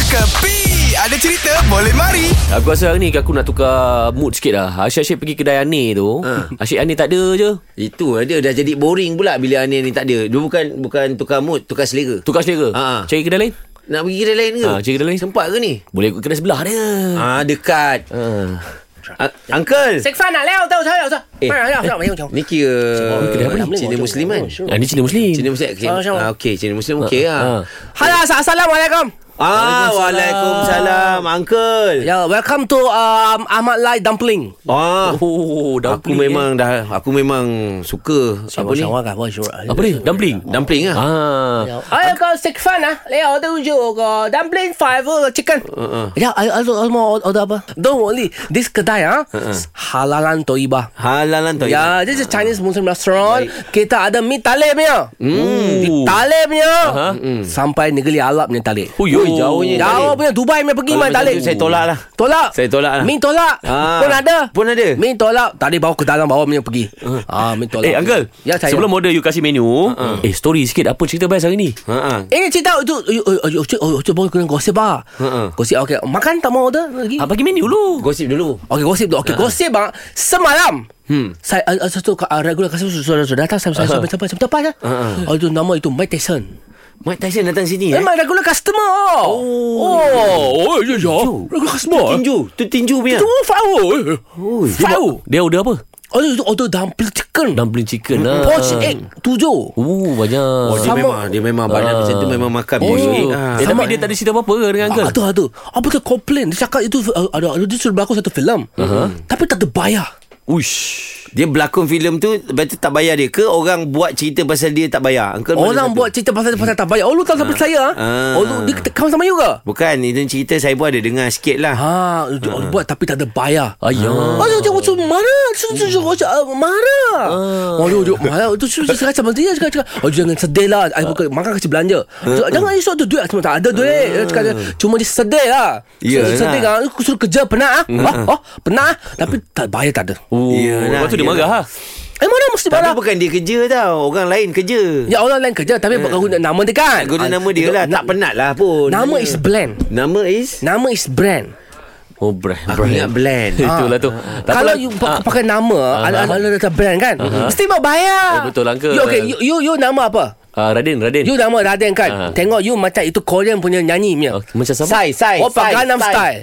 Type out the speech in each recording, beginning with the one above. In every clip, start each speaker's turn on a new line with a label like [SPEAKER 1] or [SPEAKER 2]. [SPEAKER 1] Kepi Ada cerita boleh mari
[SPEAKER 2] Aku rasa hari ni aku nak tukar mood sikit lah Asyik-asyik pergi kedai Ani tu
[SPEAKER 3] Ha.
[SPEAKER 2] Asyik Ani tak ada je
[SPEAKER 3] Itu lah dia dah jadi boring pula bila Ani ni tak ada. Dia bukan bukan tukar mood, tukar selera.
[SPEAKER 2] Tukar selera
[SPEAKER 3] Ha.
[SPEAKER 2] Cari kedai lain
[SPEAKER 3] Nak Ah, pergi kedai lain ke?
[SPEAKER 2] Ha, cari kedai lain.
[SPEAKER 3] Sempat ke ni?
[SPEAKER 2] Boleh ikut kedai sebelah dia
[SPEAKER 3] Ah dekat.
[SPEAKER 2] ha.
[SPEAKER 3] Ah, uncle.
[SPEAKER 4] 食飯啊，你又到睇又得，
[SPEAKER 3] Eh.
[SPEAKER 4] 不然又得唔用做。
[SPEAKER 3] Ni kira
[SPEAKER 2] kedai apa ni?
[SPEAKER 3] Cina Muslim kan?
[SPEAKER 2] Ah, ni Cina Muslim
[SPEAKER 3] Cina Muslim. Okay.
[SPEAKER 4] Sama, sama.
[SPEAKER 3] Ah, okay, Cina Muslim okey
[SPEAKER 2] ha.
[SPEAKER 3] lah.
[SPEAKER 4] 好啦，沙沙啦，我嚟咁。
[SPEAKER 3] Ah, Waalaikumsalam Uncle.
[SPEAKER 4] Yo, welcome to um, Ahmad Lai Dumpling.
[SPEAKER 3] Ah,
[SPEAKER 2] Oh dah
[SPEAKER 3] aku memang dah aku memang suka apa ni?
[SPEAKER 4] 想我㗎，我係想啊。
[SPEAKER 2] Apa ni? Dumpling Ha.
[SPEAKER 3] Dumpling ah.
[SPEAKER 4] ah. 我有個食飯啊，你order咗個dumpling five個chicken。呀，我-我-我-我-我- order Uh-uh. apa？Don't Uh-uh. worry, this kedai啊，halalan toibah。
[SPEAKER 3] Halalan tu.
[SPEAKER 4] Ya, this is Chinese Muslim restaurant. Kita ada mi talib punya. Hmm.
[SPEAKER 2] Uh.
[SPEAKER 4] Di talib punya. Sampai negeri Arab punya talib.
[SPEAKER 2] Oh, yo, jauhnya
[SPEAKER 4] Jauh punya Dubai punya pergi mai
[SPEAKER 3] macam
[SPEAKER 4] talib.
[SPEAKER 3] tu, saya tolak lah.
[SPEAKER 4] Tolak.
[SPEAKER 3] Saya tolak lah.
[SPEAKER 4] Mi tolak.
[SPEAKER 3] Ah.
[SPEAKER 4] Pun ada.
[SPEAKER 3] Pun ada?
[SPEAKER 4] Mi tolak. Tadi bawa ke dalam bawa punya pergi. Ah, mi tolak.
[SPEAKER 2] Eh uncle
[SPEAKER 4] Ya, saya.
[SPEAKER 2] Sebelum order you kasih menu uh-huh. Eh story sikit Apa cerita best hari ni
[SPEAKER 3] Ha ah.
[SPEAKER 4] Eh, cerita tu. Oh, oh, oh, oh, oh, boleh kena gosip ah. Gosip okey. Makan tak mau order lagi.
[SPEAKER 2] ha, Bagi menu dulu
[SPEAKER 3] Gosip dulu.
[SPEAKER 4] Okey, gosip tu. Okey, gosip bang. Semalam. Hmm. Saya uh, satu uh, regular customer sudah sudah datang saya saya sampai sampai sampai tepat ya. Oh itu nama itu Mike Tyson.
[SPEAKER 3] Mike Tyson datang sini eh.
[SPEAKER 4] Memang regular customer. Oh. Oh, oh ya ya. Regular customer.
[SPEAKER 3] Tinju, tu tinju punya.
[SPEAKER 4] Tu Eh, fau. Fau.
[SPEAKER 2] Dia order apa?
[SPEAKER 4] Oh itu order dumpling chicken.
[SPEAKER 2] Dumpling chicken lah
[SPEAKER 4] Poached egg tujuh.
[SPEAKER 2] Oh banyak
[SPEAKER 3] Oh, dia
[SPEAKER 4] Sama-
[SPEAKER 3] memang dia memang badan
[SPEAKER 2] Ah.
[SPEAKER 3] macam tu memang makan
[SPEAKER 4] Oh,
[SPEAKER 3] boleh.
[SPEAKER 4] so-
[SPEAKER 3] Ah.
[SPEAKER 2] Eh,
[SPEAKER 4] Sama-
[SPEAKER 2] tapi dia tak ada cerita apa-apa ke dengan uncle?
[SPEAKER 4] Ah, ada ada. Apa dia komplain? Dia cakap itu uh, ada ada dia suruh berlakon satu filem. Tapi tak ada bayar.
[SPEAKER 2] Uish.
[SPEAKER 3] Dia berlakon filem tu lepas tu tak bayar dia ke orang buat cerita pasal dia tak bayar. Uncle mana
[SPEAKER 4] Orang
[SPEAKER 3] satu?
[SPEAKER 4] buat cerita pasal pasal tak bayar. Oh lu tahu sampai saya. ah?
[SPEAKER 3] Ah.
[SPEAKER 4] Oh lu dia kawan sama you ke?
[SPEAKER 3] Bukan itu cerita saya pun ada dengar sikit lah. Ha? Ah.
[SPEAKER 4] Ha, uh. buat tapi tak ada bayar.
[SPEAKER 2] Ayah.
[SPEAKER 4] Oh, dia macam marah. Dia
[SPEAKER 3] Hmm.
[SPEAKER 4] macam "Ah, marah.
[SPEAKER 3] Ah.
[SPEAKER 4] Oh, dia dia marah. Tu dia cakap sama dia cakap, cakap oh jangan sedih lah. Ai bukan makan kasi belanja.
[SPEAKER 3] Ah.
[SPEAKER 4] Dia cakap, Jangan esok tu duit semua tak ada duit. Dia cakap cuma dia sedih lah.
[SPEAKER 3] Ya, Hmm,
[SPEAKER 4] Sedih- Sedih
[SPEAKER 3] lah.
[SPEAKER 4] kan. Aku suruh kerja penat ah. Oh, oh, penat ah. Tapi tak bayar tak ada.
[SPEAKER 2] Oh,
[SPEAKER 3] Yelah,
[SPEAKER 2] lepas tu dia
[SPEAKER 3] yelah.
[SPEAKER 2] marah lah.
[SPEAKER 4] Eh mana mesti
[SPEAKER 3] Tapi
[SPEAKER 4] marah?
[SPEAKER 3] bukan dia kerja tau. Orang lain kerja.
[SPEAKER 4] Ya orang lain kerja tapi bukan guna nama dia
[SPEAKER 3] Eh.
[SPEAKER 4] kan.
[SPEAKER 3] Guna
[SPEAKER 4] Ah,
[SPEAKER 3] nama dia lah. Tak penat lah pun.
[SPEAKER 4] Nama is blend.
[SPEAKER 3] Nama is?
[SPEAKER 4] Nama is brand.
[SPEAKER 2] Oh, brand.
[SPEAKER 3] Aku ingat blend.
[SPEAKER 2] Ah. Itulah tu. Tak apalah.
[SPEAKER 4] Kalau
[SPEAKER 2] Ah.
[SPEAKER 4] you pa- pakai nama ada ada ada brand kan Mesti mau
[SPEAKER 2] Eh,
[SPEAKER 4] bayar
[SPEAKER 2] betul lah, Uncle.
[SPEAKER 4] You okay you, you, you nama apa
[SPEAKER 2] Ah, Radin, Radin.
[SPEAKER 4] You nama Raden kan
[SPEAKER 2] Ah.
[SPEAKER 4] Tengok you macam itu Korean punya nyanyi punya
[SPEAKER 2] Okay, macam siapa?
[SPEAKER 4] Sai Sai Oh
[SPEAKER 3] Sai,
[SPEAKER 4] pakai Gangnam
[SPEAKER 3] Sai.
[SPEAKER 4] Style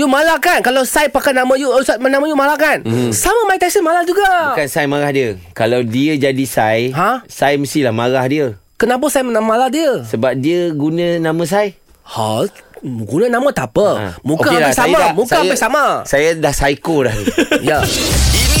[SPEAKER 4] You malah kan Kalau Sai pakai nama you oh, Sai- Nama you malah kan Sama Mike Tyson malah juga
[SPEAKER 3] Bukan Sai marah dia. Kalau dia jadi Sai,
[SPEAKER 4] Ha?
[SPEAKER 3] Sai mestilah marah dia.
[SPEAKER 4] Kenapa saya malah dia
[SPEAKER 3] Sebab dia guna nama Sai.
[SPEAKER 4] Ha Guna nama tak apa
[SPEAKER 2] Ah.
[SPEAKER 3] Okey
[SPEAKER 4] Muka okay
[SPEAKER 3] lah,
[SPEAKER 4] hampir
[SPEAKER 3] saya
[SPEAKER 4] sama
[SPEAKER 3] dah-
[SPEAKER 4] Muka
[SPEAKER 3] saya-
[SPEAKER 4] hampir sama
[SPEAKER 3] Saya dah psycho dah.
[SPEAKER 4] Ya
[SPEAKER 1] Ini